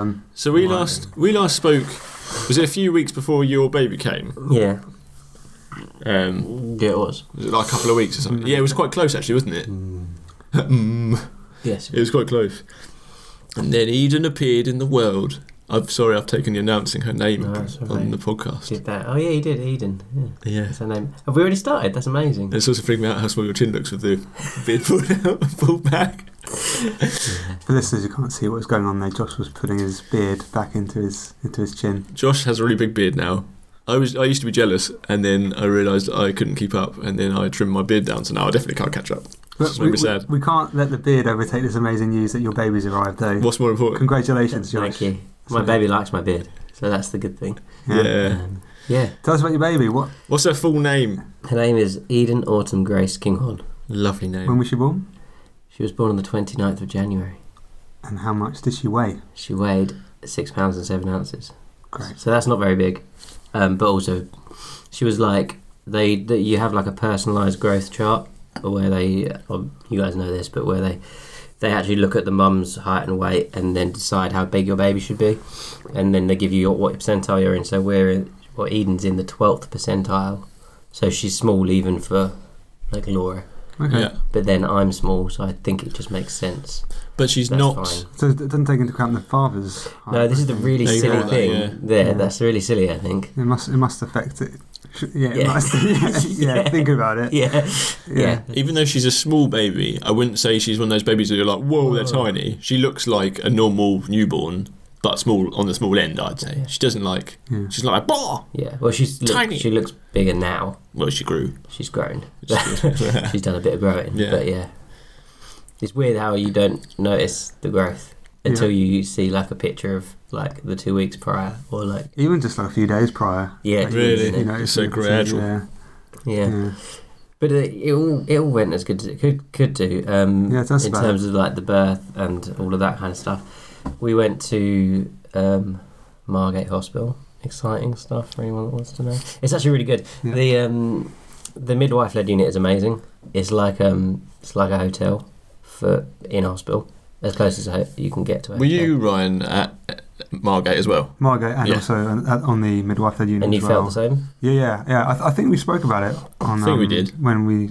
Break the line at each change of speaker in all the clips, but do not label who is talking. I'm
So we
lying.
last we last spoke. Was it a few weeks before your baby came?
Yeah.
Um,
Yeah, it was.
was it like a couple of weeks or something? Yeah, it was quite close actually, wasn't it? Mm.
Yes.
it was quite close. And then Eden appeared in the world. I'm sorry, I've taken you announcing her name
No, it's all
on
right.
the podcast.
Did that. Oh, yeah, he did. Eden. Yeah.
yeah.
That's her name. Have we already started? That's amazing.
It's also freaking me out how small your chin looks with the beard pulled out, pulled back.
For listeners who can't see what's going on there, Josh was putting his beard back into his into his chin.
Josh has a really big beard now. I was I used to be jealous, and then I realised I couldn't keep up, and then I trimmed my beard down. So now I definitely can't catch up.
But
It's
we,
really
we-
sad.
we can't let the beard overtake this amazing news that your baby's arrived, though.
What's more important?
Congratulations, Josh.
Thank you. My
So-
baby likes my beard, so that's the good thing.
Yeah.
Um, yeah.
Tell us about your baby. What
What's her full name?
Her name is Eden Autumn Grace Kinghorn.
Lovely
when
name.
was she born?
She was born on the 29th of January.
And how much did she weigh?
She weighed six pounds and seven ounces.
Great.
So that's not very big, um, but also she was like they that you have like a personalized growth chart where they well, you guys know this, but where they they actually look at the mum's height and weight and then decide how big your baby should be, and then they give you your, what percentile you're in. So we're in, well, Eden's in the twelfth percentile, so she's small even for like Laura.
Okay.
Yeah,
But then I'm small, so I think it just makes sense.
but she's
That's
not.
fine.
So it doesn't take into account the father's.
No,
height,
this is the
I think.
really
There you
silly
go,
thing.
yeah.
There,
Yeah.
that's really silly. I think.
It must. It must affect it. Sh- Yeah. It
Yeah.
Must, yeah,
Yeah.
Think about it.
Yeah. yeah.
Even though she's a small baby, I wouldn't say she's one of those babies that are like, whoa, they're
Whoa.
tiny. She looks like a normal newborn, but small on the small end. I'd say
Yeah.
she doesn't like.
Yeah.
She's not like bah.
Yeah, well, she's look,
Tiny.
She looks bigger now.
Well, she grew.
She's grown.
Which is good.
she's done a bit of growing.
Yeah.
But yeah, it's weird how you don't notice the growth until you see like a picture of like the two weeks prior or like
Even just like a few days prior.
Yeah,
Like,
Really?
you know,
It's
it's
so
it's-
gradual.
Yeah,
yeah.
yeah.
But it, it all it all went as good as it could could do. Um,
Yeah, tell us
in
about
terms of like the birth and all of that kind of stuff. We went to um, Margate Hospital. Exciting stuff for anyone that wants to know. It's actually really good.
Yeah.
The um, the midwife led unit is amazing. It's like um it's like a hotel for in hospital as close as a ho- you can get to. a
Were
hotel.
you Ryan at at Margate as well?
Margot, and
Yeah.
also on, on the midwife led unit.
and you
as well.
felt the same?
Yeah, yeah, yeah. I, th- I think we spoke about it. On,
I think we
um,
did.
when we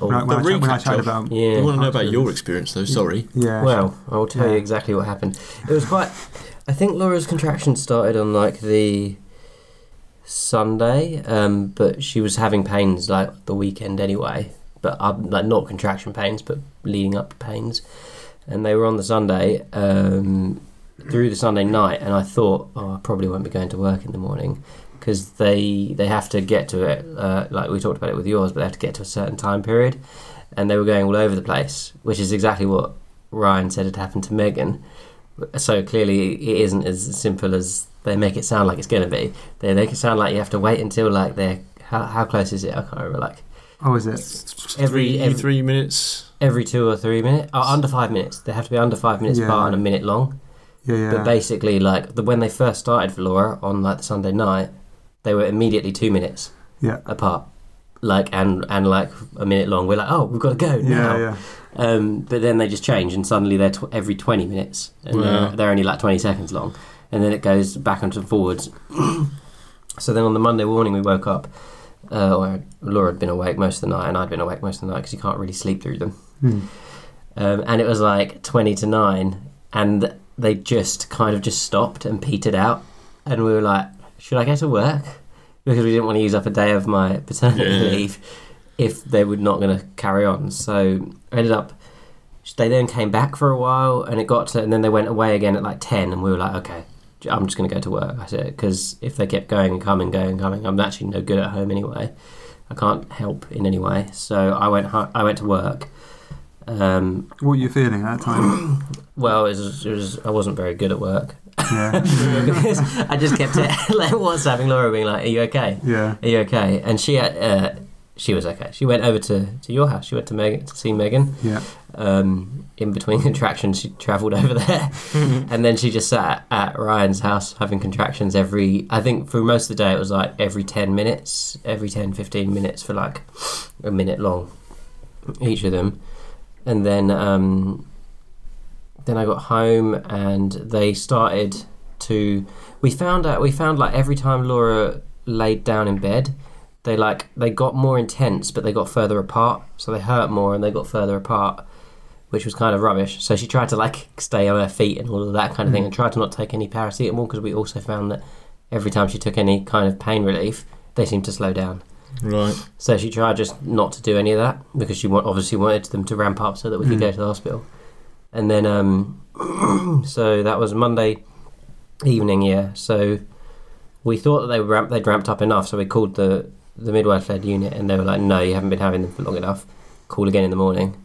Or,
when, I- when, I,
The
chat- when I
recap
chatted
of-
about
I
yeah.
want to know about your experience though. Sorry.
yeah.
Well, I'll tell you
Yeah.
exactly what happened. It was quite. I think Laura's contractions started on like the Sunday, um, but she was having pains like the weekend anyway. But um, like not contraction pains, but leading up pains, and they were on the Sunday um, through the Sunday night. And I thought, oh, I probably won't be going to work in the morning because they they have to get to it. Uh, like we talked about it with yours, but they have to get to a certain time period, and they were going all over the place, which is exactly what Ryan said had happened to Megan. So clearly, it isn't as simple as they make it sound like it's going to be. They make it sound like you have to wait until like they're how, how close is it? I can't remember. Like
oh, is it?
Every-
three,
every-
three minutes.
every two or three minutes, or under five minutes. They have to be under five minutes
Yeah.
apart and a minute long.
Yeah, yeah.
But basically, like the, when they first started for Laura on like the Sunday night, they were immediately two minutes
yeah.
apart, like and and like a minute long. We're like, oh, we've got to go
Yeah,
now.
yeah.
Um, but then they just change, and suddenly they're tw- every 20 minutes, and
Wow.
they're, they're only like 20 seconds long. And then it goes back and forwards. so then on the Monday morning, we woke up. Uh, or Laura had been awake most of the night, and I'd been awake most of the night because you can't really sleep through them.
Hmm.
Um, and it was like 20 to 9, and they just kind of just stopped and petered out. And we were like, should I go to work? Because we didn't want to use up a day of my paternity
Yeah.
leave if they were not going to carry on. So I ended up they then came back for a while and it got to and then they went away again at like 10 and we were like okay i'm just going to go to work i said because if they kept going and coming going and coming i'm actually no good at home anyway i can't help in any way so i went ho- i went to work um,
What were you feeling at that time?
well it was, it was i wasn't very good at work
yeah,
because i just kept it like whatsapping laura being like are you okay
yeah.
are you okay and she uh, she was okay she went over to, to your house she went to megan to see megan
Yeah,
um, in between contractions, she travelled over there, and then she just sat at Ryan's house having contractions every. I think for most of the day it was like every ten minutes, every 10, 15 minutes for like a minute long, each of them, and then um, then I got home and they started to. We found out. We found like every time Laura laid down in bed, they like they got more intense, but they got further apart. So they hurt more and they got further apart, which was kind of rubbish. So she tried to like stay on her feet and all of that kind of thing, and tried to not take any paracetamol because we also found that every time she took any kind of pain relief, they seemed to slow down.
Right.
So she tried just not to do any of that because she wa- obviously wanted them to ramp up so that we could
Mm.
go to the hospital. And then, um, so that was Monday evening, yeah. So we thought that they were ramp- they'd ramped up enough, so we called the, the midwife led unit and they were like, no, you haven't been having them for long enough. Call again in the morning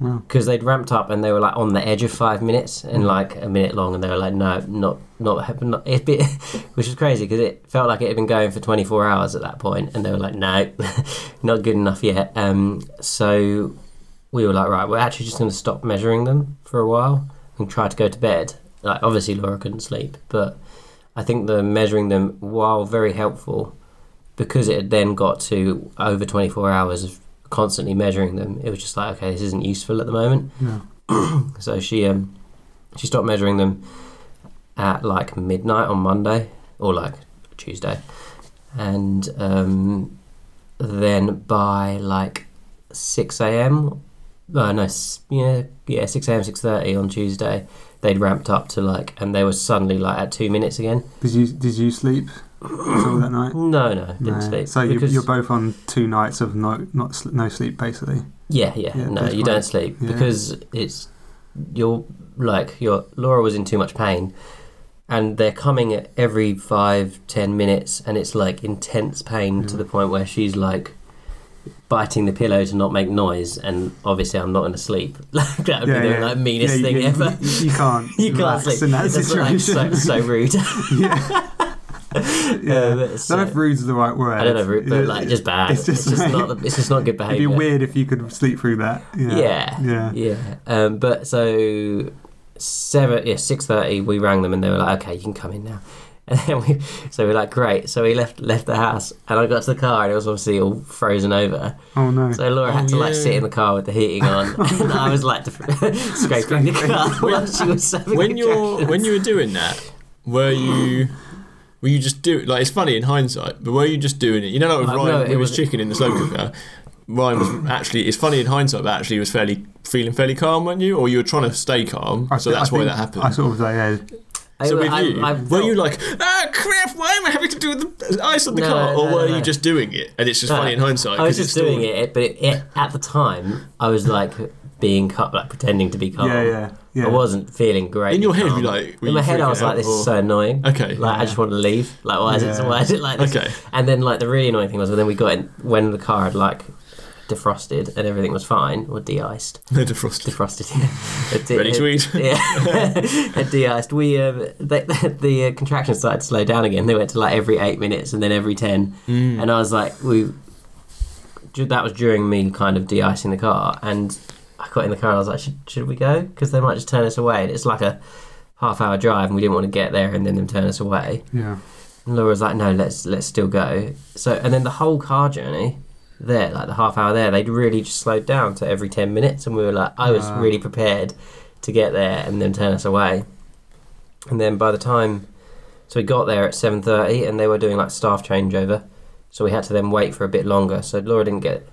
Wow.
because they'd ramped up and they were like on the edge of five minutes and like a minute long, and they were like, no, not not happen. Not, it, it, which was crazy because it felt like it had been going for 24 hours at that point, and they were like, no, not good enough yet. Um, so we were like, right, we're actually just going to stop measuring them for a while and try to go to bed. Like, obviously, Laura couldn't sleep, but I think the measuring them, while very helpful, because it had then got to over 24 hours of constantly measuring them, it was just like, okay, this isn't useful at the moment.
Yeah.
So she um, she stopped measuring them at like midnight on Monday or like Tuesday, and um, then by like six a.m. Uh, no, s- yeah, yeah, six a.m. six thirty on Tuesday, they'd ramped up to like, and they were suddenly like at two minutes again.
Did you did you sleep at all that night?
No, no, didn't
No.
sleep.
So you,
because-
you're both on two nights of no not sl- no sleep basically.
Yeah, yeah.
Yeah,
no,
that's
you
fine.
don't sleep
Yeah.
because it's you're like your Laura was in too much pain, and they're coming at every five ten minutes, and it's like intense pain to
Yeah.
the point where she's like biting the pillow to not make noise, and obviously I'm not going to sleep. Like that would
Yeah,
be the
yeah.
like meanest
Yeah, you-
thing
you,
ever.
You, you can't.
You can't
relax
sleep.
in that
That's like so,
situation.
so rude.
yeah.
Uh,
yeah.
but
I
so-
don't know if rude's the right word.
I don't know, rude, but like just bad. It's
it's
just,
just like-
not. The, it's just not good
It'd
behavior.
be weird if you could sleep through that.
Yeah.
Yeah. Yeah.
Yeah. Um, but so seven, yeah, six thirty. We rang them and they were like, "Okay, you can come in now." And then we, so we we're like, "Great." So we left left the house and I got to the car and it was obviously all frozen over.
Oh no.
So Laura had
Oh,
to like
yeah.
sit in the car with the heating on, and I was like scraping the car while she was having
When you're
contractions.
when you were doing that, were you were you just do like it's funny in hindsight, but were you just doing it? You know, like with
Uh,
Ryan,
no,
with
it
his
was-
chicken in the slow cooker. Ryan was actually. It's funny in hindsight, but actually, he was fairly feeling fairly calm, weren't you? Or you were trying to stay calm,
I
so
thi-
that's
I
why
think
that happened.
I sort of like, yeah,
I-
so with
I-
you,
I
were you
felt-
like, ah, crap, why am I having to do the ice on the
No,
car?
no,
or were
no, no.
you just doing it? And it's just
No,
funny in hindsight.
I was
'cause it's
just doing
still-
it, but it, it, at the time I was like being cut, like pretending to be calm.
yeah, yeah, yeah.
Oh. I wasn't feeling great.
In your head,
calm.
you like. were
in
you
my head, I
freaking
was like,
out,
"This
or-
is so annoying."
Okay.
Like, I just want to leave. Like, why is it?
Yeah.
Why is it like this?
okay.
And then, like, the really annoying thing was when we got in when the car had like defrosted and everything was fine or de-iced,
No defrosted.
defrosted. yeah. de-
Ready to eat.
yeah, had de-iced. We um, the, the, the uh, contractions started to slow down again. They went to like every eight minutes and then every ten.
Mm.
And I was like, we. ju- That was during me kind of de-icing the car, and I got in the car and I was like, should, should we go? Because they might just turn us away. And it's like a half-hour drive, and we didn't want to get there and then them turn us away.
yeah.
And Laura was like, no, let's let's still go. So and then the whole car journey there, like the half hour there, they'd really just slowed down to every ten minutes, and we were like, I was
Ah.
really prepared to get there and then turn us away. And then by the time, so we got there at seven thirty, and they were doing like staff changeover, so we had to then wait for a bit longer. So Laura didn't get.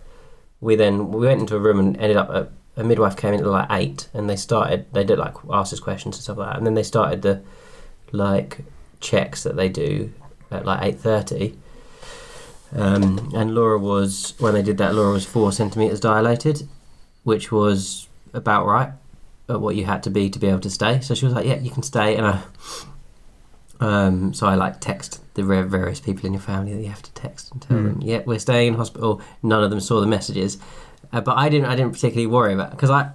We then we went into a room and ended up at. A midwife came in at like eight, and they started. They did like asked us questions and stuff like that, and then they started the like checks that they do at like eight thirty. Um, and Laura was when they did that, Laura was four centimeters dilated, which was about right at what you had to be to be able to stay. So she was like, "Yeah, you can stay." And I, um, so I like text the ver- various people in your family that you have to text and tell
Hmm.
them, "Yeah, we're staying in hospital." None of them saw the messages, uh, but I didn't. I didn't particularly worry about because I,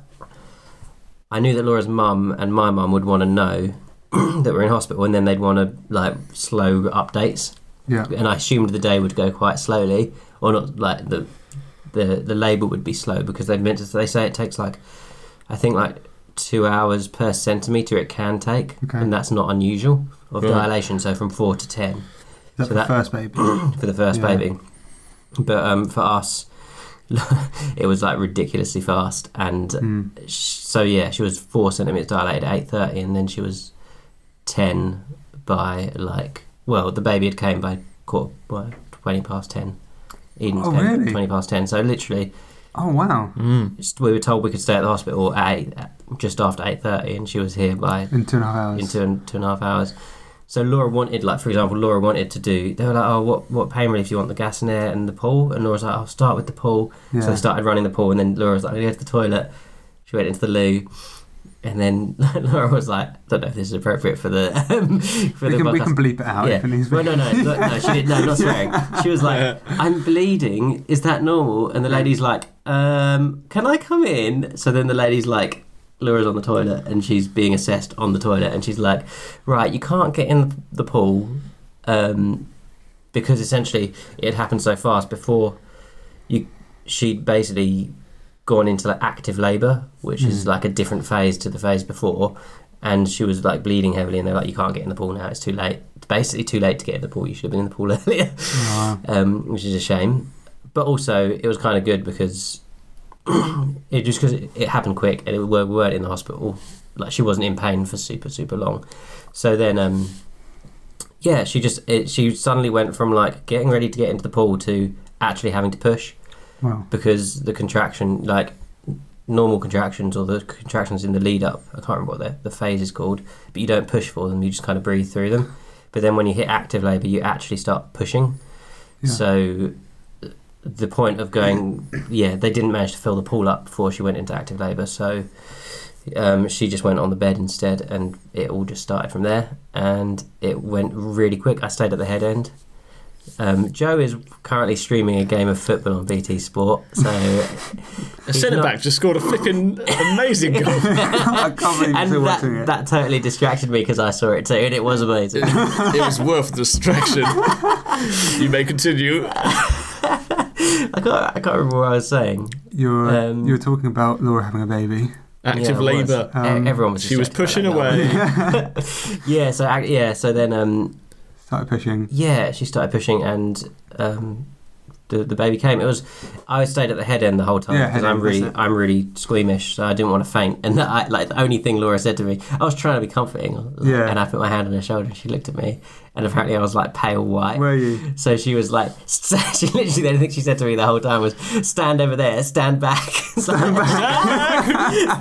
I knew that Laura's mum and my mum would want to know that we're in hospital, and then they'd want to like slow updates
Yeah.
and I assumed the day would go quite slowly, or not like the the the labour would be slow because they meant to, they say it takes like I think like two hours per centimetre it can take,
Okay.
and that's not unusual of
Right.
dilation. So from four to ten
That's
So
the
that-
first baby.
for the first
Yeah.
baby, but um, for us it was like ridiculously fast, and
Hmm.
sh- so yeah, she was four centimeters dilated at eight thirty, and then she was ten by like well, the baby had came by quarter by twenty past ten. Eden
Oh,
came
really?
twenty past ten. So literally,
Oh wow!
Mm.
just- we were told we could stay at the hospital at, eight, at just after eight thirty, and she was here by
In two and a half hours.
in two and two and a half hours. So Laura wanted, like for example, Laura wanted to do. They were like, "Oh, what what pain relief do you want? The gas in there and the pool?" And Laura's like, "I'll start with the pool."
yeah.
So they started running the pool, and then Laura was like, "I'm going to go to the toilet." She went into the loo, and then Laura was like, "I don't know if this is appropriate for the um, for
we,
the
can, we
podcast."
can bleep it out.
Yeah.
If it needs to
Well,
be.
no, no, no, no, she didn't. No, not swearing. She was like, "I'm bleeding. Is that normal?" And the lady's like, um, "Can I come in?" So then the lady's like, "Laura's on the toilet, and she's being assessed on the toilet, and she's like, right, you can't get in the pool um, because essentially it had happened so fast before you. She'd basically gone into like active labour, which is
Mhm.
like a different phase to the phase before." And she was like bleeding heavily, and they're like, "You can't get in the pool now. It's too late. It's basically too late to get in the pool. You should have been in the pool earlier."
Oh, wow.
um, which is a shame. But also, it was kind of good because it just because it, it happened quick and it, we weren't in the hospital. Like she wasn't in pain for super super long. So then, um, yeah, she just it, she suddenly went from like getting ready to get into the pool to actually having to push
Well,
because the contraction, like normal contractions or the contractions in the lead up, I can't remember what the, the phase is called, but you don't push for them, you just kind of breathe through them. But then when you hit active labour, you actually start pushing.
Yeah.
So th- the point of going, yeah, they didn't manage to fill the pool up before she went into active labour. So um, she just went on the bed instead, and it all just started from there. And it went really quick. I stayed at the head end. Um, Joe is currently streaming a game of football on BT Sport, so
A
He's
centre
not-
back just scored a flipping amazing goal.
I can't believe you're
and
still
that,
watching it.
that totally distracted me because I saw it too, and it was amazing.
it, it was worth the distraction. you may continue.
I can't, I can't remember what I was saying.
you're
um,
you're talking about Laura having a baby.
Yeah,
Active
it was.
labour.
E-
Um,
Everyone was.
She was
distracted
pushing
by that
away.
goal. yeah. So ac- yeah. So then um,
Started pushing.
yeah, she started pushing, and um, the the baby came. It was I stayed at the head end the whole time
Yeah,
because
head
I'm
end,
really
that's it.
I'm really squeamish, so I didn't want to faint. And I, like the only thing Laura said to me, I was trying to be comforting, like,
Yeah.
and I put my hand on her shoulder, and she looked at me, and apparently I was like pale white.
Were you?
So she was like, she literally, the only thing she said to me the whole time was, stand over there, stand back. Stand back.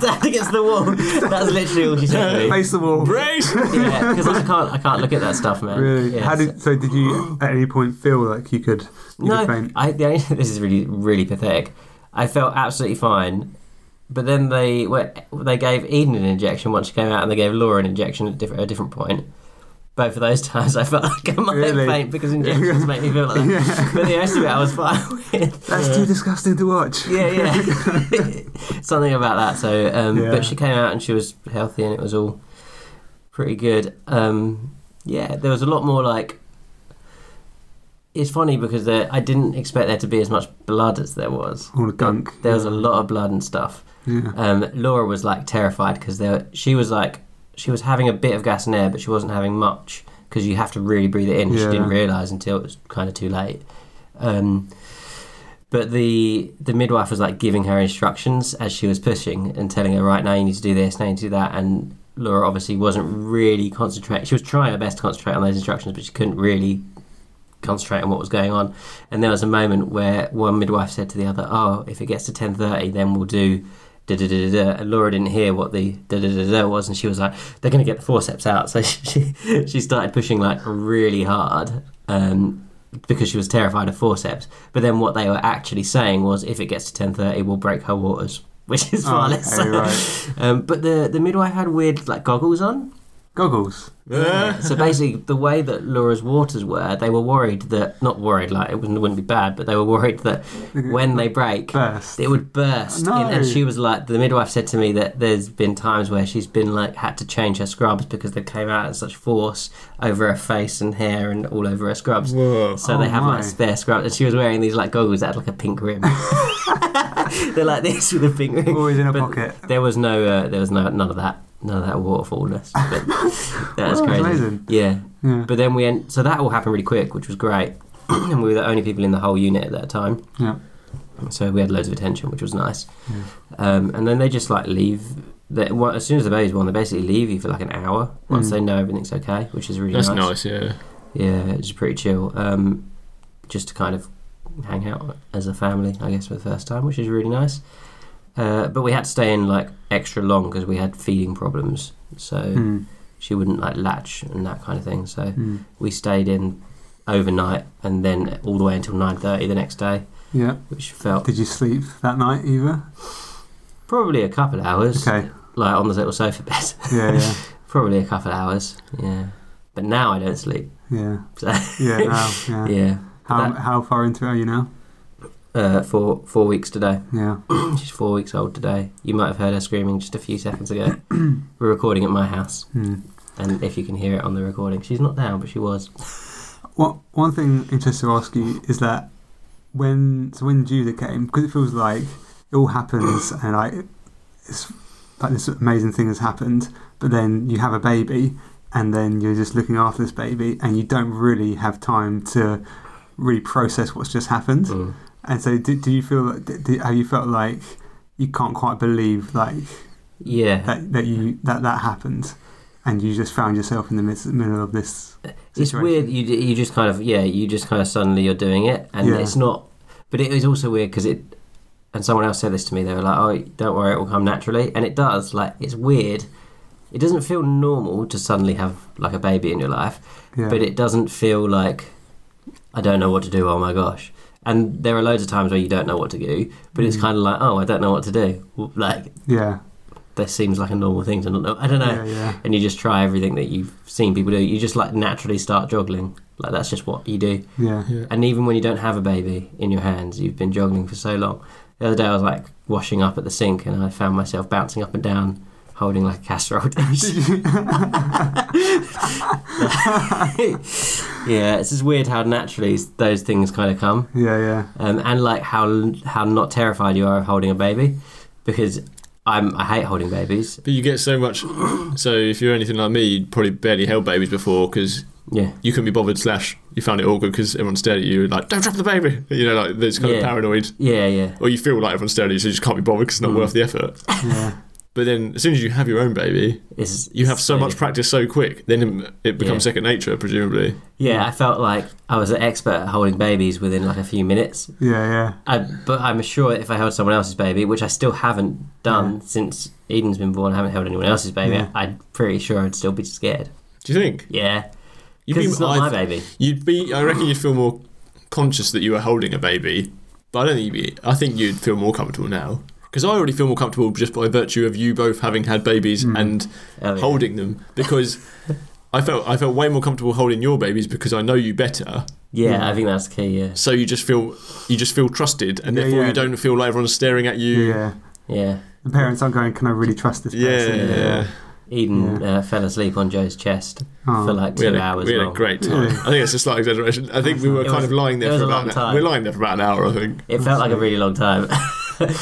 stand against the wall. That's literally all she said to me.
Face the wall.
Brace!
Yeah, because I can't, I can't look at that stuff, man.
Really?
Yeah,
How
so-
did so did you at any point feel like you could you
no,
could faint?
I, the only, this is really, really pathetic. I felt absolutely fine, but then they went, they gave Eden an injection once she came out, and they gave Laura an injection at different, a different point. Both of those times, I felt like I might
Really?
faint because injections make me feel like that. But the rest of it, I was fine with.
That's too disgusting to watch.
Yeah, yeah, something about that. So, um,
Yeah.
but she came out and she was healthy, and it was all pretty good. Um, yeah, there was a lot more like. It's funny because there, I didn't expect there to be as much blood as there was.
All the gunk.
There was a lot of blood and stuff.
Yeah.
Um, Laura was like terrified because she was like she was having a bit of gas and air, but she wasn't having much because you have to really breathe it in. She
Yeah.
didn't realise until it was kind of too late. Um, but the the midwife was like giving her instructions as she was pushing and telling her, right now you need to do this, now you need to do that, and Laura obviously wasn't really concentrating. She was trying her best to concentrate on those instructions, but she couldn't really concentrate on what was going on. And there was a moment where one midwife said to the other, "Oh, if it gets to ten thirty, then we'll do." Da, da, da, da, da. And Laura didn't hear what the da, da, da, da, da was, and she was like, "They're going to get the forceps out." So she she started pushing like really hard um, because she was terrified of forceps. But then what they were actually saying was, "If it gets to ten thirty, we'll break her waters," which is far
Oh,
less.
okay, right.
Um, but the the midwife had weird like goggles on,
Goggles.
Uh,
so basically, the way that Laura's waters were, they were worried that not worried like it wouldn't, wouldn't be bad, but they were worried that when they break,
Burst.
it would burst.
No.
And, and she was like, the midwife said to me that there's been times where she's been like had to change her scrubs because they came out at such force over her face and hair and all over her scrubs.
Whoa.
So they
Oh,
have
my.
like spare scrubs, and she was wearing these like goggles that had like a pink rim. They're like this with a pink rim.
Always in a
But
pocket.
There was no, uh, there was no none of that, none of that waterfallness. But that was
Oh,
crazy.
amazing.
Yeah,
Yeah.
but then we end, so that all happened really quick, which was great, and we were the only people in the whole unit at that time.
Yeah.
so we had loads of attention, which was nice.
Yeah.
Um, and then they just like leave. They, well, as soon as the baby's born, they basically leave you for like an hour once
Mm.
they know everything's okay, which is really
That's
nice.
nice. Yeah.
Yeah, it's pretty chill. Um, just to kind of hang out as a family, I guess, for the first time, which is really nice. Uh, but we had to stay in like extra long because we had feeding problems, so
Mm,
she wouldn't like latch and that kind of thing. So
mm.
we stayed in overnight and then all the way until nine thirty the next day,
Yeah.
which felt
Did you sleep that night either?
probably a couple hours,
Okay.
like on the little sofa bed.
Yeah, yeah,
probably a couple hours, yeah. But now I don't sleep.
yeah.
So
Yeah, now, yeah.
yeah,
How,
That-
how far into it are you now?
uh, four four weeks today.
Yeah.
She's four weeks old today. You might have heard her screaming just a few seconds ago. We're recording at my house,
Mm.
and if you can hear it on the recording, she's not now, but she was.
One, one thing I'm interested to ask you is that when so when Judah came, because it feels like it all happens and like it's like this amazing thing has happened, but then you have a baby and then you're just looking after this baby and you don't really have time to really process what's just happened.
Mm.
And so, do, do you feel like d do, have you felt like you can't quite believe like
Yeah,
that, that you that that happened, and you just found yourself in the midst, middle of this?
it's
situation.
weird. You you just kind of yeah, you just kind of suddenly you're doing it, and
Yeah.
it's not. But it is also weird because it. And someone else said this to me. They were like, "Oh, don't worry, it will come naturally," and it does. Like it's weird. It doesn't feel normal to suddenly have like a baby in your life.
Yeah.
but it doesn't feel like I don't know what to do. Oh my gosh! And there are loads of times where you don't know what to do, but it's
Mm.
kind of like, oh, I don't know what to do. W- Like
yeah.
that seems like a normal thing to not know. I don't know.
Yeah. Yeah.
And you just try everything that you've seen people do. You just like naturally start juggling. Like that's just what you do.
Yeah.
Yeah.
And even when you don't have a baby in your hands, you've been juggling for so long. The other day I was like washing up at the sink, and I found myself bouncing up and down, holding like a casserole dish.
Did you-
yeah, it's just weird how naturally those things kind of come,
yeah. Yeah.
um, and like how how not terrified you are of holding a baby, because I'm I hate holding babies.
But you get so much. So if you're anything like me, you'd probably barely held babies before because
Yeah,
you couldn't be bothered. Slash, you found it awkward because everyone stared at you like, "Don't drop the baby." You know, like this kind
Yeah.
of paranoid,
yeah, yeah,
or you feel like everyone's staring at you, so you just can't be bothered because it's not
Mm.
worth the effort.
Yeah.
But then, as soon as you have your own baby,
It's
you have so much practice so quick, then it becomes
Yeah.
second nature, presumably.
Yeah, I felt like I was an expert at holding babies within like a few minutes.
Yeah. Yeah.
I, but I'm sure if I held someone else's baby, which I still haven't done
Yeah.
since Eden's been born, I haven't held anyone else's baby.
Yeah.
I'm pretty sure I'd still be scared.
Do you think?
Yeah,
You'd
because
be,
it's not my
I-
baby.
you'd be. I reckon you'd feel more conscious that you were holding a baby, but I don't think you'd be. I think you'd feel more comfortable now because I already feel more comfortable just by virtue of you both having had babies
Mm.
and
Oh, yeah.
holding them because I felt I felt way more comfortable holding your babies because I know you better.
Yeah,
Yeah.
I think that's the key. Yeah,
So you just feel you just feel trusted, and
Yeah,
therefore
yeah.
you don't feel like everyone's staring at you.
Yeah.
yeah.
The parents aren't going. Can I really trust this
Yeah,
person?
yeah, yeah.
Eden uh, fell asleep on Joe's chest
Oh.
for like
We
two
had, a,
hours
we had a
long.
great time.
Yeah.
I think it's a slight exaggeration. I think we were
It
kind
was-
of lying there
it was
for
a
about
long
an,
time.
we were lying there for about an hour. I think
It felt like a really long time.
it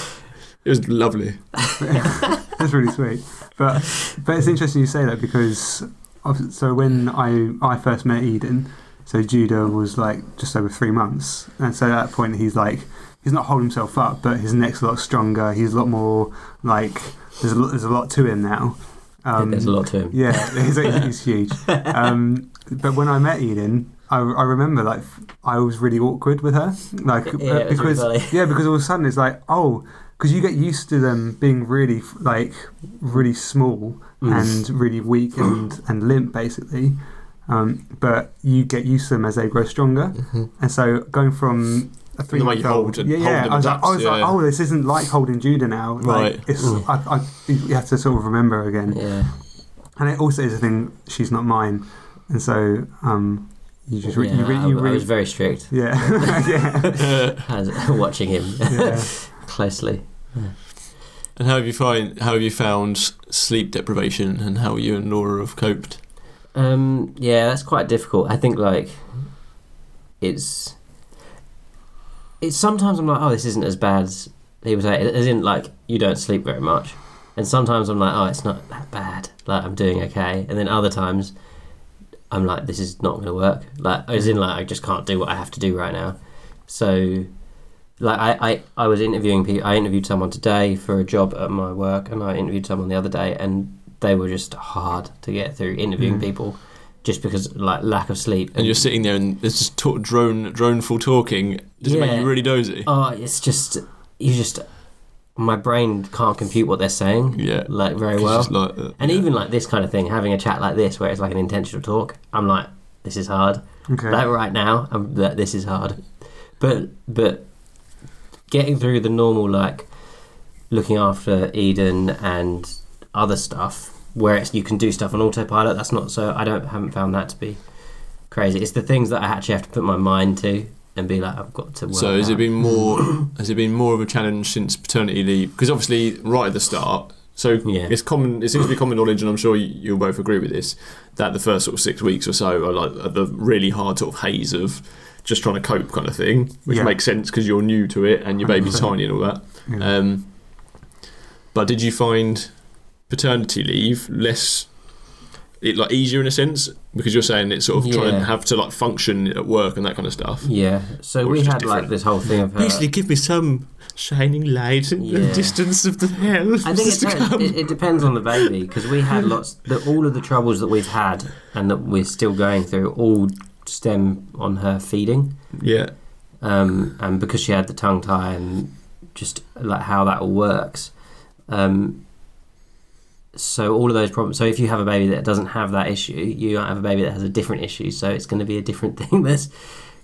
was lovely.
That's really sweet. But but it's interesting you say that because of, so when I I first met Eden, so Judah was like just over three months, and so at that point he's like he's not holding himself up, but his neck's a lot stronger. He's a lot more like there's a lot, there's a lot to him now.
There's a lot to him.
Um, Yeah, he's, he's, he's huge. Um, but when I met Eden, I, I remember like I was really awkward with her, like
Yeah,
uh,
it was really
because
funny.
yeah, because all of a sudden it's like oh, because you get used to them being really like really small
Mm.
and really weak and and limp basically, um, but you get used to them as they grow stronger, and so going from a
way
three
you
month
hold
old,
and
yeah,
hold
yeah.
them
I was, like,
adapts,
I was like,
yeah.
oh, this isn't like holding Judah now. Like,
Right.
It's,
Mm.
I, I, you have to sort of remember again.
yeah.
And it also is a thing. She's not mine, and so um, you just re-
Yeah,
you, re- you
I, I
re-
was very strict
yeah yeah
Uh,
as, watching him
yeah.
closely.
and how have you find how have you found s- sleep deprivation, and how you and Laura have coped?
Um, yeah, that's quite difficult. I think like it's it's sometimes I'm like, oh, this isn't as bad as people say. As in, like you don't sleep very much, and sometimes I'm like, oh, it's not that bad. Like I'm doing okay, and then other times I'm like, this is not going to work. Like as in, like I just can't do what I have to do right now. So like I, I, I was interviewing people. I interviewed someone today for a job at my work, and I interviewed someone the other day, and they were just hard to get through interviewing
Mm.
people, just because like lack of sleep.
and you're sitting there and there's just ta- drone drone full talking. Does it make
Yeah.
you really dozy?
oh, it's just you just my brain can't compute what they're saying
yeah,
like very
It's
well.
just like that.
And
Yeah.
even like this kind of thing, having a chat like this where it's like an intentional talk, I'm like, this is hard.
Okay.
Like right now, I'm like, this is hard. But but getting through the normal like looking after Eden and other stuff where it's you can do stuff on autopilot. That's not so. I don't haven't found that to be crazy. It's the things that I actually have to put my mind to and be like, I've got to work.
So has it
out.
been more? has it been more of a challenge since paternity leave? Because obviously, right at the start, so
Yeah.
it's common. It seems to be common knowledge, and I'm sure you, you'll both agree with this, that the first sort of six weeks or so are like are the really hard sort of haze of just trying to cope kind of thing, which
Yeah.
makes sense because you're new to it and your baby's
100%.
tiny and all that.
Yeah.
Um, but did you find paternity leave less? It like easier in a sense because you're saying it's sort of trying
Yeah.
to have to like function at work and that kind of stuff.
Yeah. So
Or
we
it's just
had like
different.
this whole thing of her.
Basically, give me some shining light in the
Yeah.
distance of the hell.
I think it,
to come.
depends- it, it depends on the baby because we had lots. The, all of the troubles that we've had and that we're still going through all stem on her feeding,
yeah,
um, and because she had the tongue tie and just like how that all works. Um, so all of those problems. So if you have a baby that doesn't have that issue, you might have a baby that has a different issue. So it's going to be a different thing that's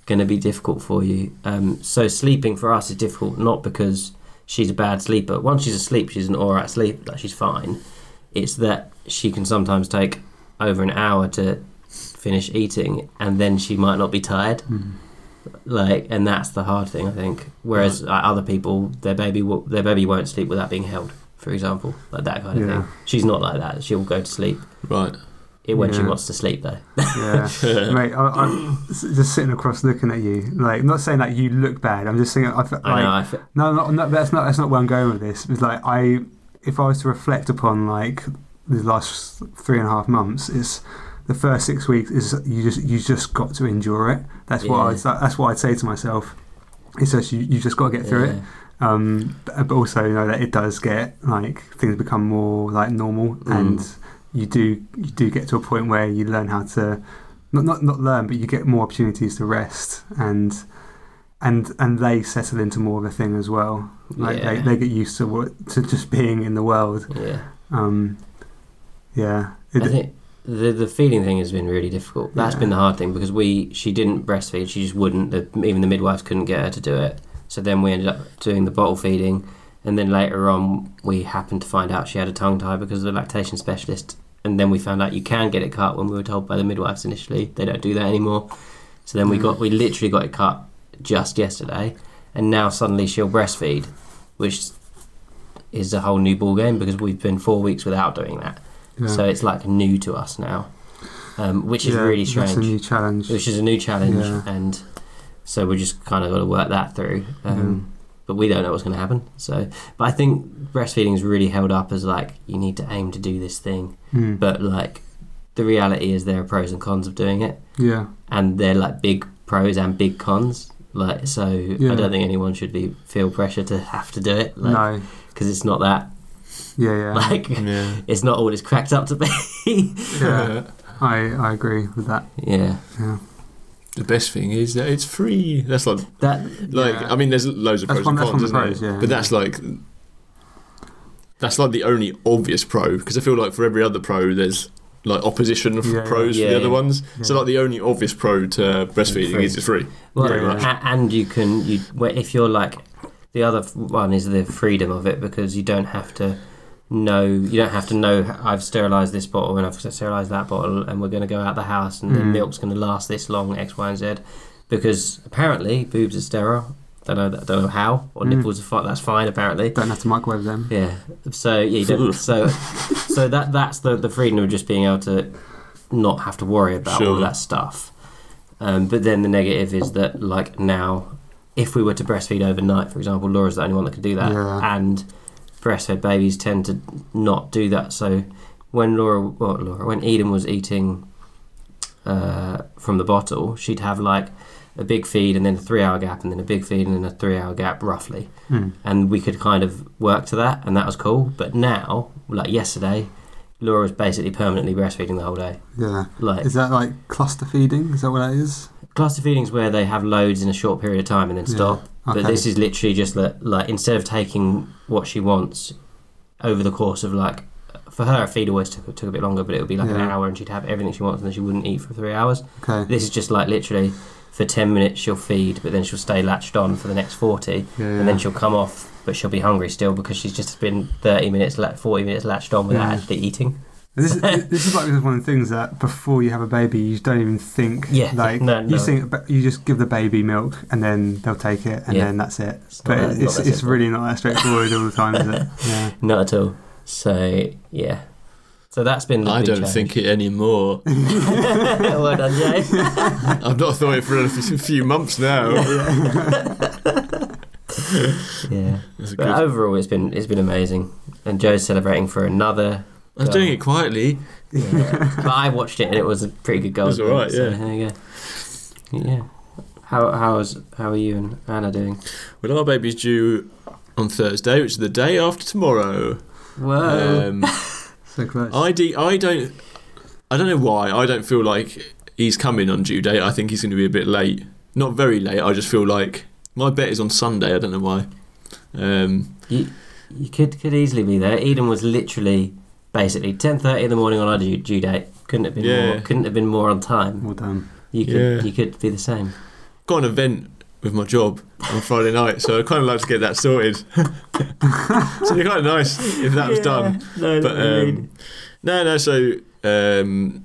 going to be difficult for you. Um, so sleeping for us is difficult, not because she's a bad sleeper. Once she's asleep, she's an alright sleep. Like she's fine. It's that she can sometimes take over an hour to finish eating, and then she might not be tired
Mm.
like and that's the hard thing i think whereas
Mm.
like, other people their baby will, their baby won't sleep without being held for example like that kind of
Yeah.
thing she's not like that she'll go to sleep
right.
it when she
Yeah.
wants to sleep though
Yeah. Mate, I, I'm s- just sitting across looking at you. Like, I'm not saying that you look bad. I'm just saying, I, fe- like,
i know i fe-
no, no, no, that's not that's not where I'm going with this. It's like I, if I was to reflect upon like the last three and a half months, it's the first six weeks is you just you just got to endure it. That's what I
Yeah.
was, that's what I'd say to myself. It's just you, you just got to get through it. Um, b- but also you know that it does get like things become more like normal,
Mm.
and you do you do get to a point where you learn how to not not not learn, but you get more opportunities to rest and. And, and they settle into more of a thing as well. Like
yeah.
they, they get used to what to just being in the world.
yeah
Um, yeah,
i
It-
think the the feeding thing has been really difficult That's
Yeah.
been the hard thing because we she didn't breastfeed she just wouldn't the, even the midwives couldn't get her to do it so then we ended up doing the bottle feeding and then later on we happened to find out she had a tongue tie because of the lactation specialist and then we found out you can get it cut when we were told by the midwives initially they don't do that anymore so
Mm.
then we got we literally got it cut just yesterday and now suddenly she'll breastfeed which is a whole new ball game because we've been four weeks without doing that
yeah.
so it's like new to us now, um, which is
Yeah,
really
That's a
strange.
new challenge.
Which is a new challenge,
Yeah.
and so we just kind of got to work that through. Um, But we don't know what's going to happen. So, but I think breastfeeding is really held up as like you need to aim to do this thing,
Mm.
but like the reality is there are pros and cons of doing it,
yeah,
and they're like big pros and big cons. Like so,
Yeah.
I don't think anyone should be feel pressure to have to do it, like
no,
because it's not that.
yeah, yeah.
Like
yeah.
it's not all it's cracked up to be.
Yeah. I I agree with that.
yeah.
Yeah,
The best thing is that it's free. That's like
That
like
Yeah.
I mean, there's loads of
That's
pros and
one- that's
cons,
one of the
isn't
pros,
it?
yeah.
But that's like that's like the only obvious pro because I feel like for every other pro, there's like opposition of
Yeah, yeah.
pros for
Yeah,
the other
yeah.
ones.
yeah.
So like the only obvious pro to breastfeeding
Free.
is it's free.
Well,
Very much.
a- and you can you well, if you're like the other f- one is the freedom of it because you don't have to know you don't have to know I've sterilized this bottle and I've sterilized that bottle and we're going to go out the house and the
Mm.
milk's going to last this long X Y and Z because apparently boobs are sterile. Don't know that. Don't know how or
Mm.
nipples are fine. That's fine apparently.
don't have to microwave them.
Yeah. So yeah, you don't, so so that that's the the freedom of just being able to not have to worry about all
Sure.
that stuff. Um, but then the negative is that like now, if we were to breastfeed overnight, for example, Laura's the only one that can do that,
Yeah.
and breastfed babies tend to not do that. So when Laura, well, Laura, when Eden was eating uh, from the bottle, she'd have like a big feed and then a three hour gap and then a big feed and then a three hour gap roughly
Mm.
and we could kind of work to that and that was cool but now like yesterday Laura was basically permanently breastfeeding the whole day
Yeah.
like
Is that like cluster feeding? Is that what that is?
cluster feedings where they have loads in a short period of time and then
Yeah.
stop
Okay.
But this is literally just that, like, instead of taking what she wants over the course of like, for her, a feed always took, took a bit longer, but it would be like an
Yeah.
hour and she'd have everything she wants and then she wouldn't eat for three hours.
okay.
This is just like literally for 10 minutes she'll feed, but then she'll stay latched on for the next 40
Yeah,
and then
yeah.
she'll come off, but she'll be hungry still because she's just been 30 minutes, la- 40 minutes latched on without
Yeah.
actually eating.
This is, this is like one of the things that before you have a baby, you don't even think.
Yeah,
Like
no, no.
you think, but you just give the baby milk and then they'll take it and
Yeah.
then that's it.
It's not
But
that- not
it's
that
it's
simple.
really not that straightforward all the time, is it? Yeah.
Not at all. So, yeah. So that's been the
I
big
don't
change.
think it anymore.
well done, Jay.
I've not thought it for a f- few months now.
yeah.
That's
But
good.
overall, it's been it's been amazing, and Joe's celebrating for another.
I was doing it
uh,
quietly.
but I watched it, and it was a pretty good goal.
It was all right,
so
yeah.
there you go. Yeah. How how's how are you and Anna doing?
Well, our baby's due on Thursday, which is the day after tomorrow.
Whoa.
Um,
So close.
I, d- I don't. I don't know why. I don't feel like he's coming on due date. I think he's going to be a bit late. Not very late. I just feel like my bet is on Sunday. I don't know why. Um,
you you could could easily be there. Eden was literally basically ten thirty in the morning on our due, due date. Couldn't have been more,
Yeah.
couldn't have been more on time.
well done.
You could
Yeah.
you could be the same.
got an event with my job on Friday night, so I kind of like to get that sorted. so it'd be quite nice if that was done.
No,
But um, no, no. So um,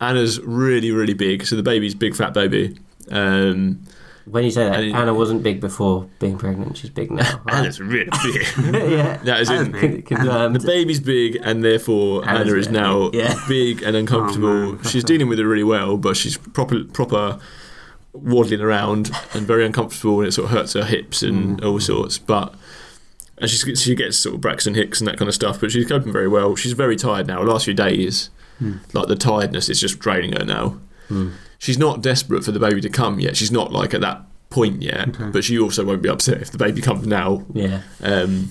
Anna's really, really big. So the baby's big, fat baby. Um,
when you say that,
and it-
Anna wasn't big before being pregnant. She's big now. right?
Anna's really big.
yeah.
that is in,
Anna's
Con- confirmed.
The baby's big, and therefore
Anna's
Anna is
big.
now
Yeah.
big and uncomfortable.
Oh, man.
she's dealing with it really well, but she's proper proper waddling around and very uncomfortable, and it sort of hurts her hips and
Mm.
all sorts. But and she's, she gets sort of Braxton Hicks and that kind of stuff, but she's coping very well. She's very tired now. Last few days,
Hmm.
like the tiredness is just draining her now.
Mm.
She's not desperate for the baby to come yet. She's not like at that point yet,
Okay.
but she also won't be upset if the baby comes now
Yeah.
um,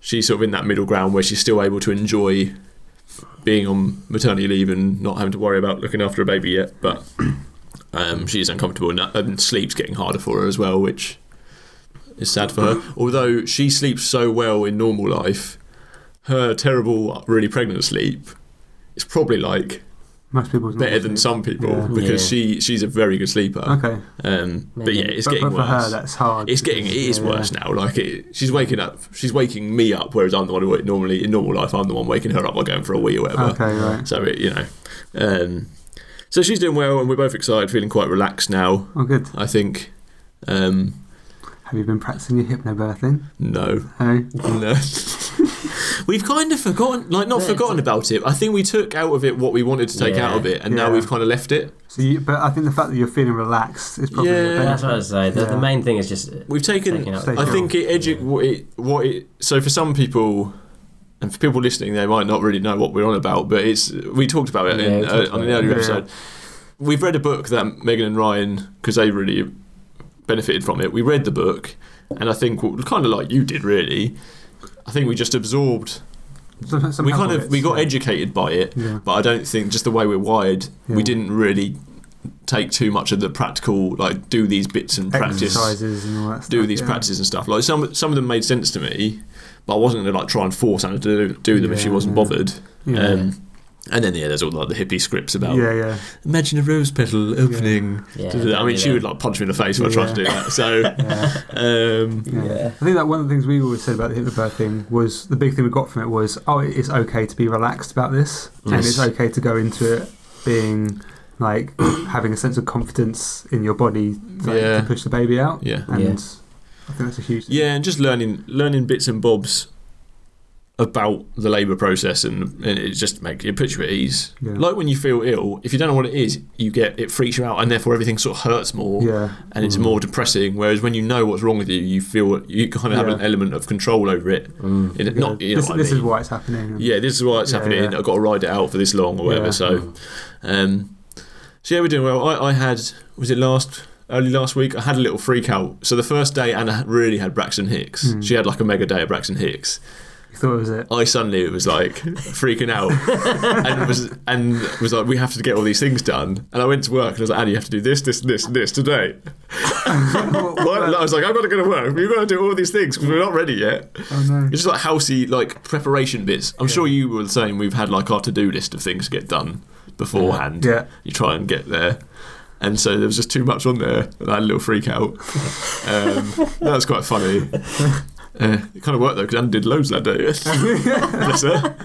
she's sort of in that middle ground where she's still able to enjoy being on maternity leave and not having to worry about looking after a baby yet. But um, she is uncomfortable and, that, and sleep's getting harder for her as well, which is sad for her. Although she sleeps so well in normal life, her terrible, really pregnant sleep is probably like
Most people's not
better than
asleep.
some people
Yeah.
because
Yeah.
she she's a very good sleeper.
Okay.
Um, but
Maybe.
yeah, it's
but,
getting
but for
worse
her, that's hard.
it's getting it is
Yeah.
worse now. Like it, she's waking up, she's waking me up, whereas I'm the one who normally in normal life I'm the one waking her up by going for a wee or whatever.
Okay, right.
So it, you know, um, so she's doing well, and we're both excited, feeling quite relaxed now.
Oh, good.
I think. Um,
Have you been practicing your hypnobirthing?
no,
No.
no. We've kind of forgotten, like not
Yeah,
forgotten
it's-
about it. I think we took out of it what we wanted to take
Yeah.
out of it, and now
Yeah.
we've kind of left it.
So, you, but I think the fact that you're feeling relaxed is probably
Yeah.
the
That's what I
benefit.
was saying. The, the
Yeah.
main thing is just
We've taken
taking out.
Stay
I
Sure.
think it, edu-
Yeah.
what it what it so for some people and for people listening they might not really know what we're on about but it's we talked about it
Yeah,
in,
we
uh,
talked
on an
about it.
earlier
Yeah.
episode we've read a book that Megan and Ryan because they really benefited from it we read the book and I think kind of like you did really I think we just absorbed
Some- some
we kind
helpful
of we
bits,
got
yeah.
educated by it
Yeah.
but I don't think just the way we're wired
Yeah.
we didn't really take too much of the practical like do these bits and practice
Exercises and all that
do
stuff,
these
yeah.
practices and stuff. Like some some of them made sense to me, but I wasn't going to like try and force Anna to do, do them if she
Yeah,
wasn't
yeah.
bothered.
Yeah.
Um, and then yeah, there's all like the hippie scripts about
yeah, yeah.
imagine a rose petal opening.
Yeah,
I mean, she would like punch me in the face when I tried to do that. So
yeah.
um,
Yeah. I think that one of the things we always said about the hypnobirth thing was the big thing we got from it was, oh, it's okay to be relaxed about this, and
Yes.
it's okay to go into it being like having a sense of confidence in your body to, like,
Yeah.
to push the baby out.
yeah,
And
Yeah.
I think that's a huge.
yeah, and just learning learning bits and bobs about the labour process, and, and it just makes it puts you at ease.
Yeah.
Like when you feel ill, if you don't know what it is, you get it freaks you out, and therefore everything sort of hurts more.
yeah.
and it's
Mm.
more
Hmm.
depressing. Whereas when you know what's wrong with you, you feel you kind of have an
Yeah.
element of control over it.
Mm.
In it Not you know
this
what I
this is
mean.
why it's happening. and-
Yeah, this is why it's
Yeah,
happening.
yeah.
I've got to ride it out for this long or whatever.
Yeah.
So, um, so yeah, we're doing well. I, I had was it last early last week, I had a little freak out. So the first day, Anna really had Braxton Hicks.
Mm.
She had like a mega day of Braxton Hicks.
You thought it was it.
I suddenly was like freaking out and was and was like, we have to get all these things done. And I went to work and I was like, Anna, you have to do this, this, this, this today. What? And I was like, I'm not going to work. We've got to do all these things because we're not ready yet.
Oh no.
It's just like housey like preparation bits. I'm sure you were saying we've had like our to do list of things to get done beforehand.
Yeah.
You try and get there. And so there was just too much on there, and I had a little freak out. Um, that was quite funny. Uh, it kind of worked though, because Anne did loads that day. Bless her.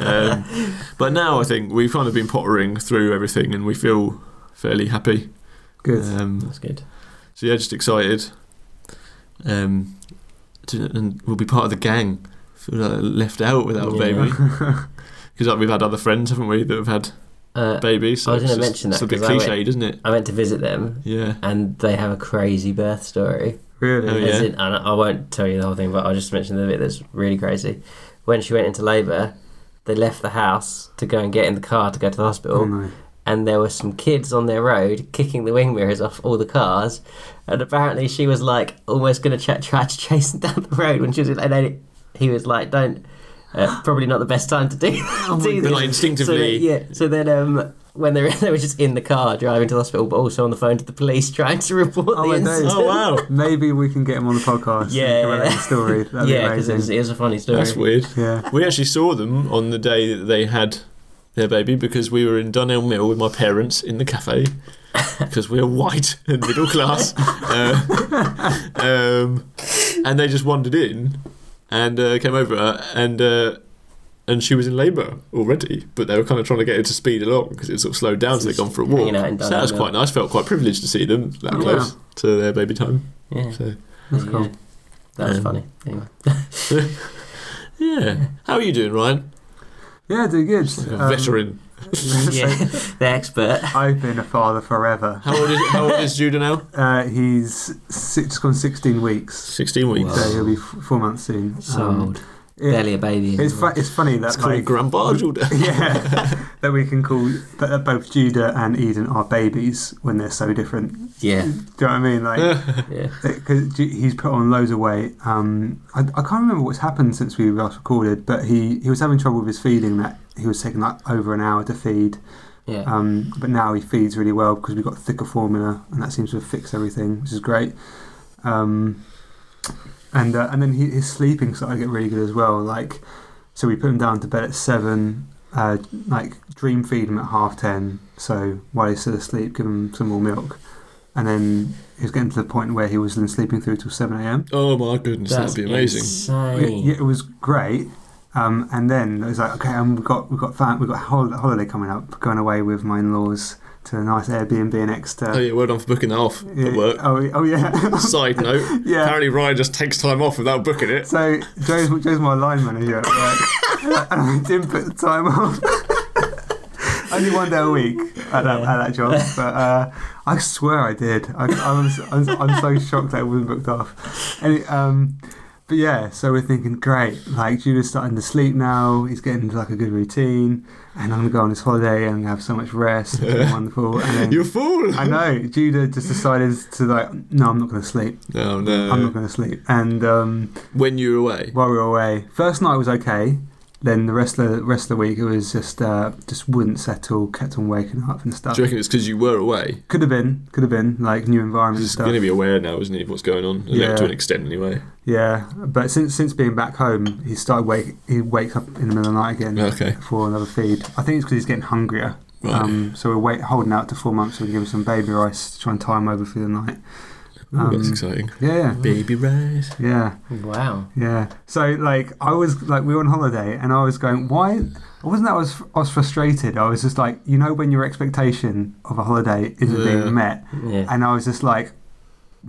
Um, but now I think we've kind of been pottering through everything, and we feel fairly happy.
Good.
Um,
Mm, That's good.
so yeah, just excited. Um, to, and we'll be part of the gang. Feel like left out without a
Yeah.
baby because like, we've had other friends, haven't we, that have had
Uh,
babies? So
I was
it's
gonna
just-
mention that
It's a bit
'cause I
cliche, isn't it?
I went to visit them,
Yeah.
and they have a crazy birth story.
really?
Oh,
As
yeah.
in, and I won't tell you the whole thing, but I'll just mention the bit that's really crazy. When she went into labour, they left the house to go and get in the car to go to the hospital,
Oh
Mm-hmm.
no.
and there were some kids on their road kicking the wing mirrors off all the cars. And apparently, she was like almost going to ch- try to chase them down the road when she was. And then he was like, "Don't." Uh, probably not the best time to do, do
But
this.
like
So then,
instinctively,
yeah. So then, um, when they were, they were just in the car driving to the hospital, but also on the phone to the police trying to report
Oh,
the
I know.
incident.
oh wow,
Maybe we can get him on the podcast.
Yeah.
And relate the story. That'd
yeah,
be
because it, was-
amazing.
it was a funny story.
that's weird.
Yeah.
We actually saw them on the day that they had their baby because we were in Dunelm Mill with my parents in the cafe because we're white and middle class. Uh, um, and they just wandered in and uh, came over and uh, and she was in labour already, but they were kind of trying to get her to speed along because it was sort of slowed down, so they'd gone for a walk.
Hanging out in
So that was
Dunelm
quite nice. Felt quite privileged to see them that
Yeah.
close to their baby time.
Yeah,
So
That's
Yeah.
cool.
that was
Um,
funny. Anyway,
yeah, how are you doing, Ryan?
Yeah, do good.
Like a
Um,
veteran.
yeah, the expert.
I've been a father forever.
How old is how old is Judah now?
Uh, he's six, just gone 16 weeks.
16 weeks.
So
Wow.
he'll be f- four months soon.
So
Um,
old,
it-
barely a baby.
it's, fu- it's funny that
That's called
like,
Grandpa Judah.
yeah, that we can call that that both Judah and Eden are babies when they're so different. Do
Yeah,
you know what I mean? Like,
yeah.
because he's put on loads of weight. Um, I, I can't remember what's happened since we last recorded, but he, he was having trouble with his feeding. That he was taking like over an hour to feed.
Yeah,
Um, but now he feeds really well because we've got thicker formula, and that seems to have fixed everything, which is great. Um, and uh, and then he, his sleeping started to get really good as well. Like, so we put him down to bed at seven. Uh, like dream feed him at half ten. So while he's still asleep, give him some more milk, and then he was getting to the point where he was then sleeping through till seven a.m.
Oh my goodness,
That's
that'd be amazing.
It,
Insane.
yeah, it was great. Um, and then it was like, okay, and we've got we've got fam- we've got a hol- holiday coming up, going away with my in-laws to a nice Airbnb in Exeter.
Oh yeah, well done for booking that off
Yeah,
at work.
Oh, oh yeah,
Side note,
yeah.
apparently Ryan just takes time off without booking it.
So Joe's Joe's my line manager at work, and I didn't put the time off. Only one day a week at that, at that job, but uh, I swear I did. I, I was, I was, I'm so shocked that it wasn't booked off. And it, um, but yeah, so we're thinking, great. Like Judah's starting to sleep now. He's getting into like a good routine, and I'm gonna go on this holiday and have so much rest. It's been wonderful. And
You
then,
fool!
I know Judah just decided to like, no, I'm not gonna sleep.
Oh
I'm not
no.
gonna sleep. And um,
When you were away.
while we were away. First night was okay. Then the rest of the rest of the week, it was just uh, just wouldn't settle. Kept on waking up and stuff.
Do you reckon it's because you were away?
Could have been, could have been like new environment and
He's
stuff.
going to be aware now, isn't he, of what's going on? A
Yeah.
little, to an extent, anyway.
Yeah, but since since being back home, he started wake. He wakes up in the middle of the night again
Okay.
for another feed. I think it's because he's getting hungrier.
Right.
Um, so we're wait, holding out to four months. So we can give him some baby rice to try and time over for the night.
Ooh, that's
um,
exciting.
Yeah,
Baby Rise.
yeah, yeah.
Wow.
Yeah. So like I was like we were on holiday and I was going why I wasn't that I was I was frustrated. I was just like you know when your expectation of a holiday isn't
Yeah.
being met
Yeah.
and I was just like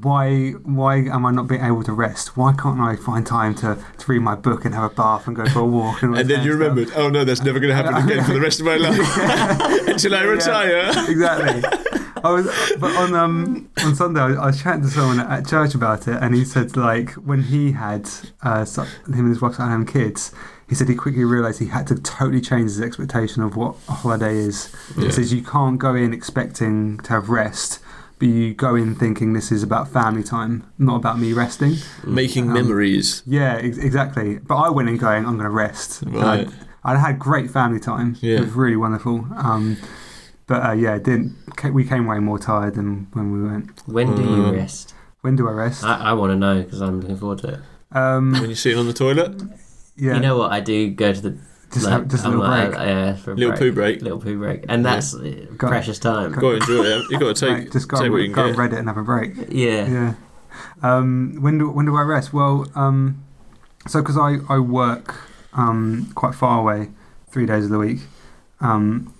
why why am I not being able to rest? Why can't I find time to, to read my book and have a bath and go for a walk and all
And
this
then you
kind of stuff?
remembered, oh no, that's never going to happen again for the rest of my life until I
Yeah.
retire.
exactly. I was, but on um on Sunday, I was, I was chatting to someone at church about it, and he said like when he had uh, so- him and his wife started having kids, he said he quickly realised he had to totally change his expectation of what a holiday is.
Yeah.
He says you can't go in expecting to have rest. but you go in thinking this is about family time, not about me resting.
Making
Um,
memories.
Yeah, ex- exactly. But I went in going, I'm going to rest. And
Right.
I, I had great family time.
Yeah.
It was really wonderful. Um, but uh, yeah, it didn't ca- we came way more tired than when we went.
When do you
Um,
rest?
When do I rest?
I, I want to know because I'm looking forward to it.
Um,
When you're sitting on the toilet,
yeah,
You know what? I do go to the
just
like,
have, just a
I'm
little
like,
break.
uh, yeah, for a
little
break.
poo break.
little poo break, and
Yeah.
that's uh,
Go-
precious time.
go-
Got to enjoy it. You got to take
Like, just go,
take what you
and, go
can
and
get.
read it and have a break.
yeah.
yeah. Um, when do when do I rest? Well, um, so because I I work um, quite far away, three days of the week. Um,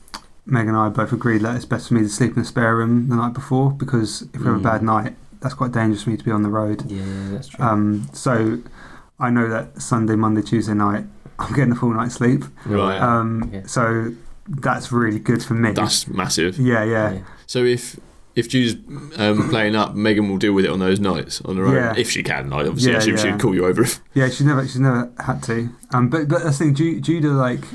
Meg and I both agreed that it's best for me to sleep in a spare room the night before because if we have a
Mm.
bad night, that's quite dangerous for me to be on the road.
Yeah, that's true.
Um, so I know that Sunday, Monday, Tuesday night, I'm getting a full night's sleep.
Right. Yeah.
Um,
Yeah.
So that's really good for me.
That's massive.
yeah, yeah,
So if if Jude's um, playing up, Megan will deal with it on those nights on her own,
Yeah.
if she can. Like, obviously,
Yeah,
she,
yeah.
she'd call you over. If,
yeah. She's never, she's never had to. Um, but but that's the thing. Ju- Judah, like,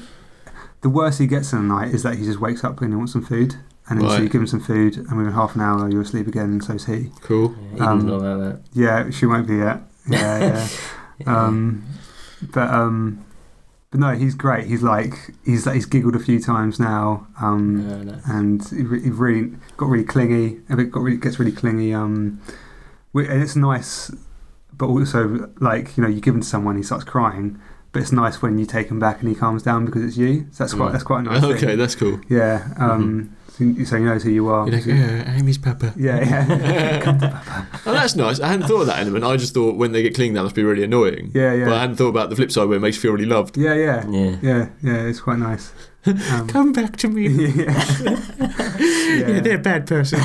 the worst he gets in the night is that he just wakes up and he wants some food, and then so
Right.
you give him some food, and within half an hour you're asleep again, and so's he.
cool.
Yeah, even
um,
not like
Yeah, she won't be yet. Yeah, yeah.
that. Yeah.
Um, but um, but no, he's great. He's like he's he's giggled a few times now. Um,
No, no.
and he, re- he really got really clingy. and It got really gets really clingy. Um, we- and it's nice, but also like you know you give him to someone, he starts crying. But it's nice when you take him back and he calms down because it's you. So that's quite
Mm.
that's quite a nice. thing.
Okay, that's cool.
Yeah. Um. So, so he knows who you are.
You're like, yeah, Amy's papa.
yeah. Yeah. Come to-
Oh, that's nice. I hadn't thought of that element. I just thought when they get clean, that must be really annoying.
yeah.
But I
Yeah.
hadn't thought about the flip side where it makes you feel really loved.
Yeah. Yeah.
yeah.
Yeah. Yeah. It's quite nice. Um,
Come back to me.
yeah. Yeah.
You're a bad person.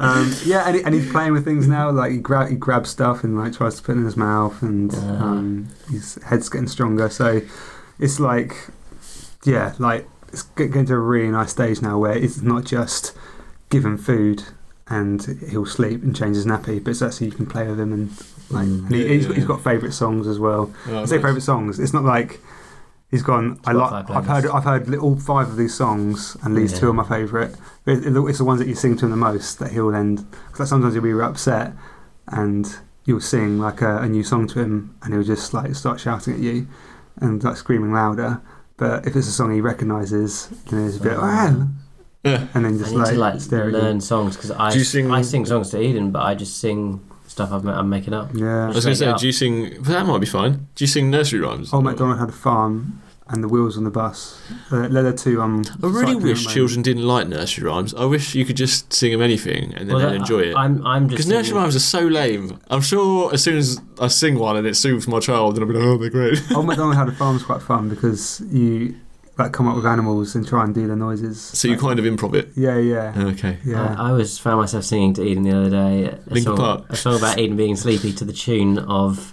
Um, yeah, and, he, and he's playing with things now. Like he grab he grabs stuff and like tries to put it in his mouth, and
Yeah.
um, his head's getting stronger. So it's like, yeah, like it's get- getting to a really nice stage now where it's not just give him food and he'll sleep and change his nappy, but it's actually you can play with him and like
Mm.
and he,
Yeah,
he's,
yeah,
he's
yeah.
got favourite songs as well.
Oh,
I say
nice.
favourite songs. It's not like he's gone. I like.
Spotify
I've heard.
playlist.
I've heard li- all five of these songs, and these
Yeah.
two are my favourite. But it- it- It's the ones that you sing to him the most that he'll then. Because like sometimes he'll be upset, and you'll sing like a, a new song to him, and he'll just like start shouting at you, and like screaming louder. But if it's a song he recognises, then it's a bit,
Oh.
"Ah," and then
I
just
need to like
like, stare at
learn
you.
songs because I
Do you sing-
I sing songs to Eden, but I just sing stuff I've, ma- I'm making up.
Yeah.
I was going to
Straight
say,
up.
do you sing? That might be fine. Do you sing nursery rhymes?
Old MacDonald had a farm, and the wheels on the bus. Uh, leather two. Um.
I really
cycling
wish
at the moment.
children didn't like nursery rhymes. I wish you could just sing them anything and then
Well,
they'd
that-
enjoy it.
I'm I'm just
Because nursery
singing-
rhymes are so lame. I'm sure as soon as I sing one and it soothes my child, then I'll be like, oh, they're great.
Old MacDonald Had a Farm's quite fun because you like come up with animals and try and do the noises.
So you
Like-
kind of improv it.
Yeah, yeah,
Okay.
yeah.
I, I was found myself singing to Eden the other day a,
Linkin
song,
Park.
a song about Eden being sleepy to the tune of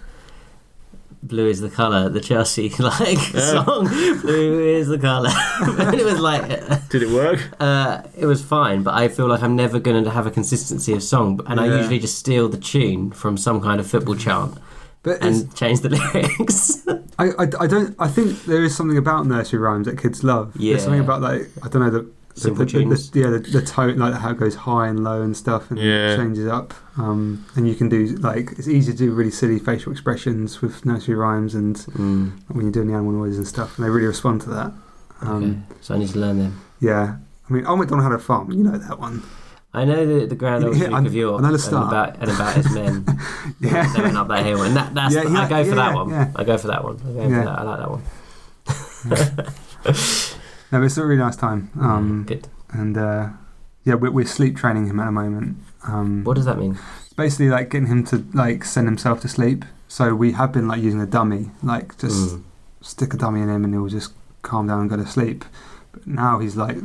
"Blue is the color," the Chelsea like
Yeah.
song. Blue is the color. it was like
Did it work?
uh, it was fine, but I feel like I'm never going to have a consistency of song. And I
Yeah.
usually just steal the tune from some kind of football chant
but it's,
and change the lyrics.
I, I, I don't. I think there is something about nursery rhymes that kids love.
Yeah.
There's something about like I don't know the. The,
Simple
the- the- the-
tunes.
yeah, the, the tone, like how it goes high and low and stuff, and
Yeah.
changes up. Um, and you can do like it's easy to do really silly facial expressions with nursery rhymes, and
Mm,
when you're doing the animal noises and stuff, and they really respond to that. Um,
okay. So I need to learn them.
Yeah, I mean, Old MacDonald had a farm. You know that one.
I know the the grand old
Yeah,
Duke
I-
of York
I know the
and
start.
about and about his men. they went up that hill, and that, that's
Yeah, yeah,
I go for
yeah,
that one.
yeah.
I go for that one. I go
Yeah.
for that. I like that one.
No, it's a really nice time. Um,
Mm, Good.
and uh, yeah, we're, we're sleep training him at the moment. Um,
What does that mean?
It's basically like getting him to like send himself to sleep. So we have been like using a dummy, like just
Mm.
stick a dummy in him and he'll just calm down and go to sleep. But now he's like,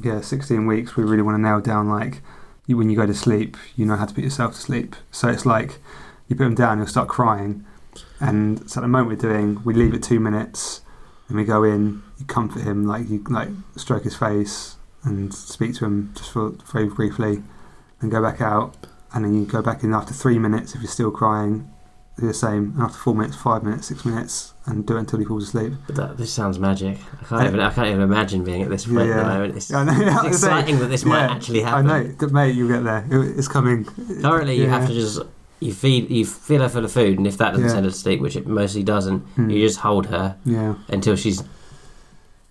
yeah, 16 weeks. We really want to nail down like you, when you go to sleep, you know how to put yourself to sleep. So it's like you put him down, he'll start crying. And so at the moment we're doing, we leave it two minutes and we go in, you comfort him, like you like stroke his face and speak to him just for very briefly and go back out. And then you go back in after three minutes if you're still crying do the same after four minutes, five minutes, six minutes, and do it until he falls asleep.
But that, this sounds magic. I can't
I-
even. I can't even imagine being at this point at the
Yeah.
moment. It's,
Yeah, I know, I
it's
was saying-
exciting that this might
yeah,
actually
I
happen.
know, d- mate, you'll get there. It- It's coming.
Currently, you have
Yeah.
to just you feed you fill her full of food, and if that doesn't
Yeah.
send her to sleep, which it mostly doesn't,
Hmm.
you just hold her
Yeah,
until she's.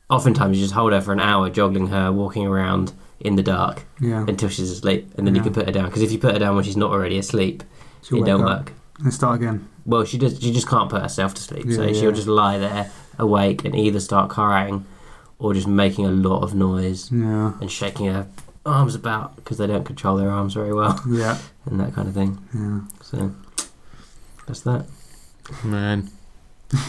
Oftentimes, you just hold her for an hour, joggling her, walking around in the dark
yeah.
until she's asleep, and then you
Yeah.
can put her down. Because if you put her down when she's not already asleep,
She'll
it
wake
don't
up
work.
And start again.
Well, she does. She just can't put herself to sleep, so
Yeah,
she'll
yeah.
just lie there awake and either start crying or just making a lot of noise
Yeah,
and shaking her arms about because they don't control their arms very well
yeah,
and that kind of thing.
yeah.
So that's that.
Man.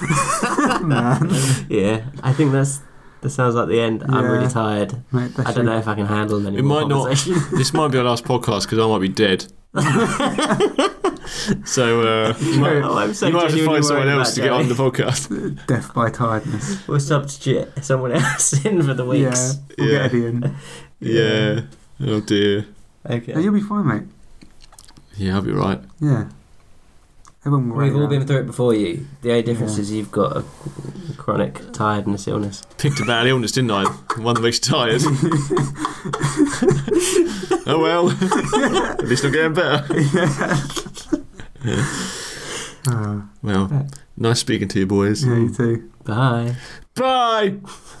Man,
yeah, I think that's that sounds like the end. I'm really
Yeah.
tired.
mate,
I don't know if I can handle any
It
more
might not.
conversation.
this might be our last podcast because I might be dead. so uh, you might,
Oh, I'm so
you might have to
genuinely
find someone
worried about
else to get
Joey.
on the podcast.
Death by tiredness.
We'll substitute someone else in for the weeks.
Yeah, we'll
Yeah.
get Eddie in.
Yeah. Oh dear.
Okay.
No, you'll be fine, mate.
Yeah, I'll be right.
Yeah. Everyone will
We've
rally
all been
around.
through it before you. The only difference
Yeah.
is you've got a chronic tiredness illness.
Picked a bad illness, didn't I? One that makes you tired. oh well. At least I'm getting better.
Uh,
Well, nice speaking to you boys.
yeah, you Ah, too.
Bye.
Bye.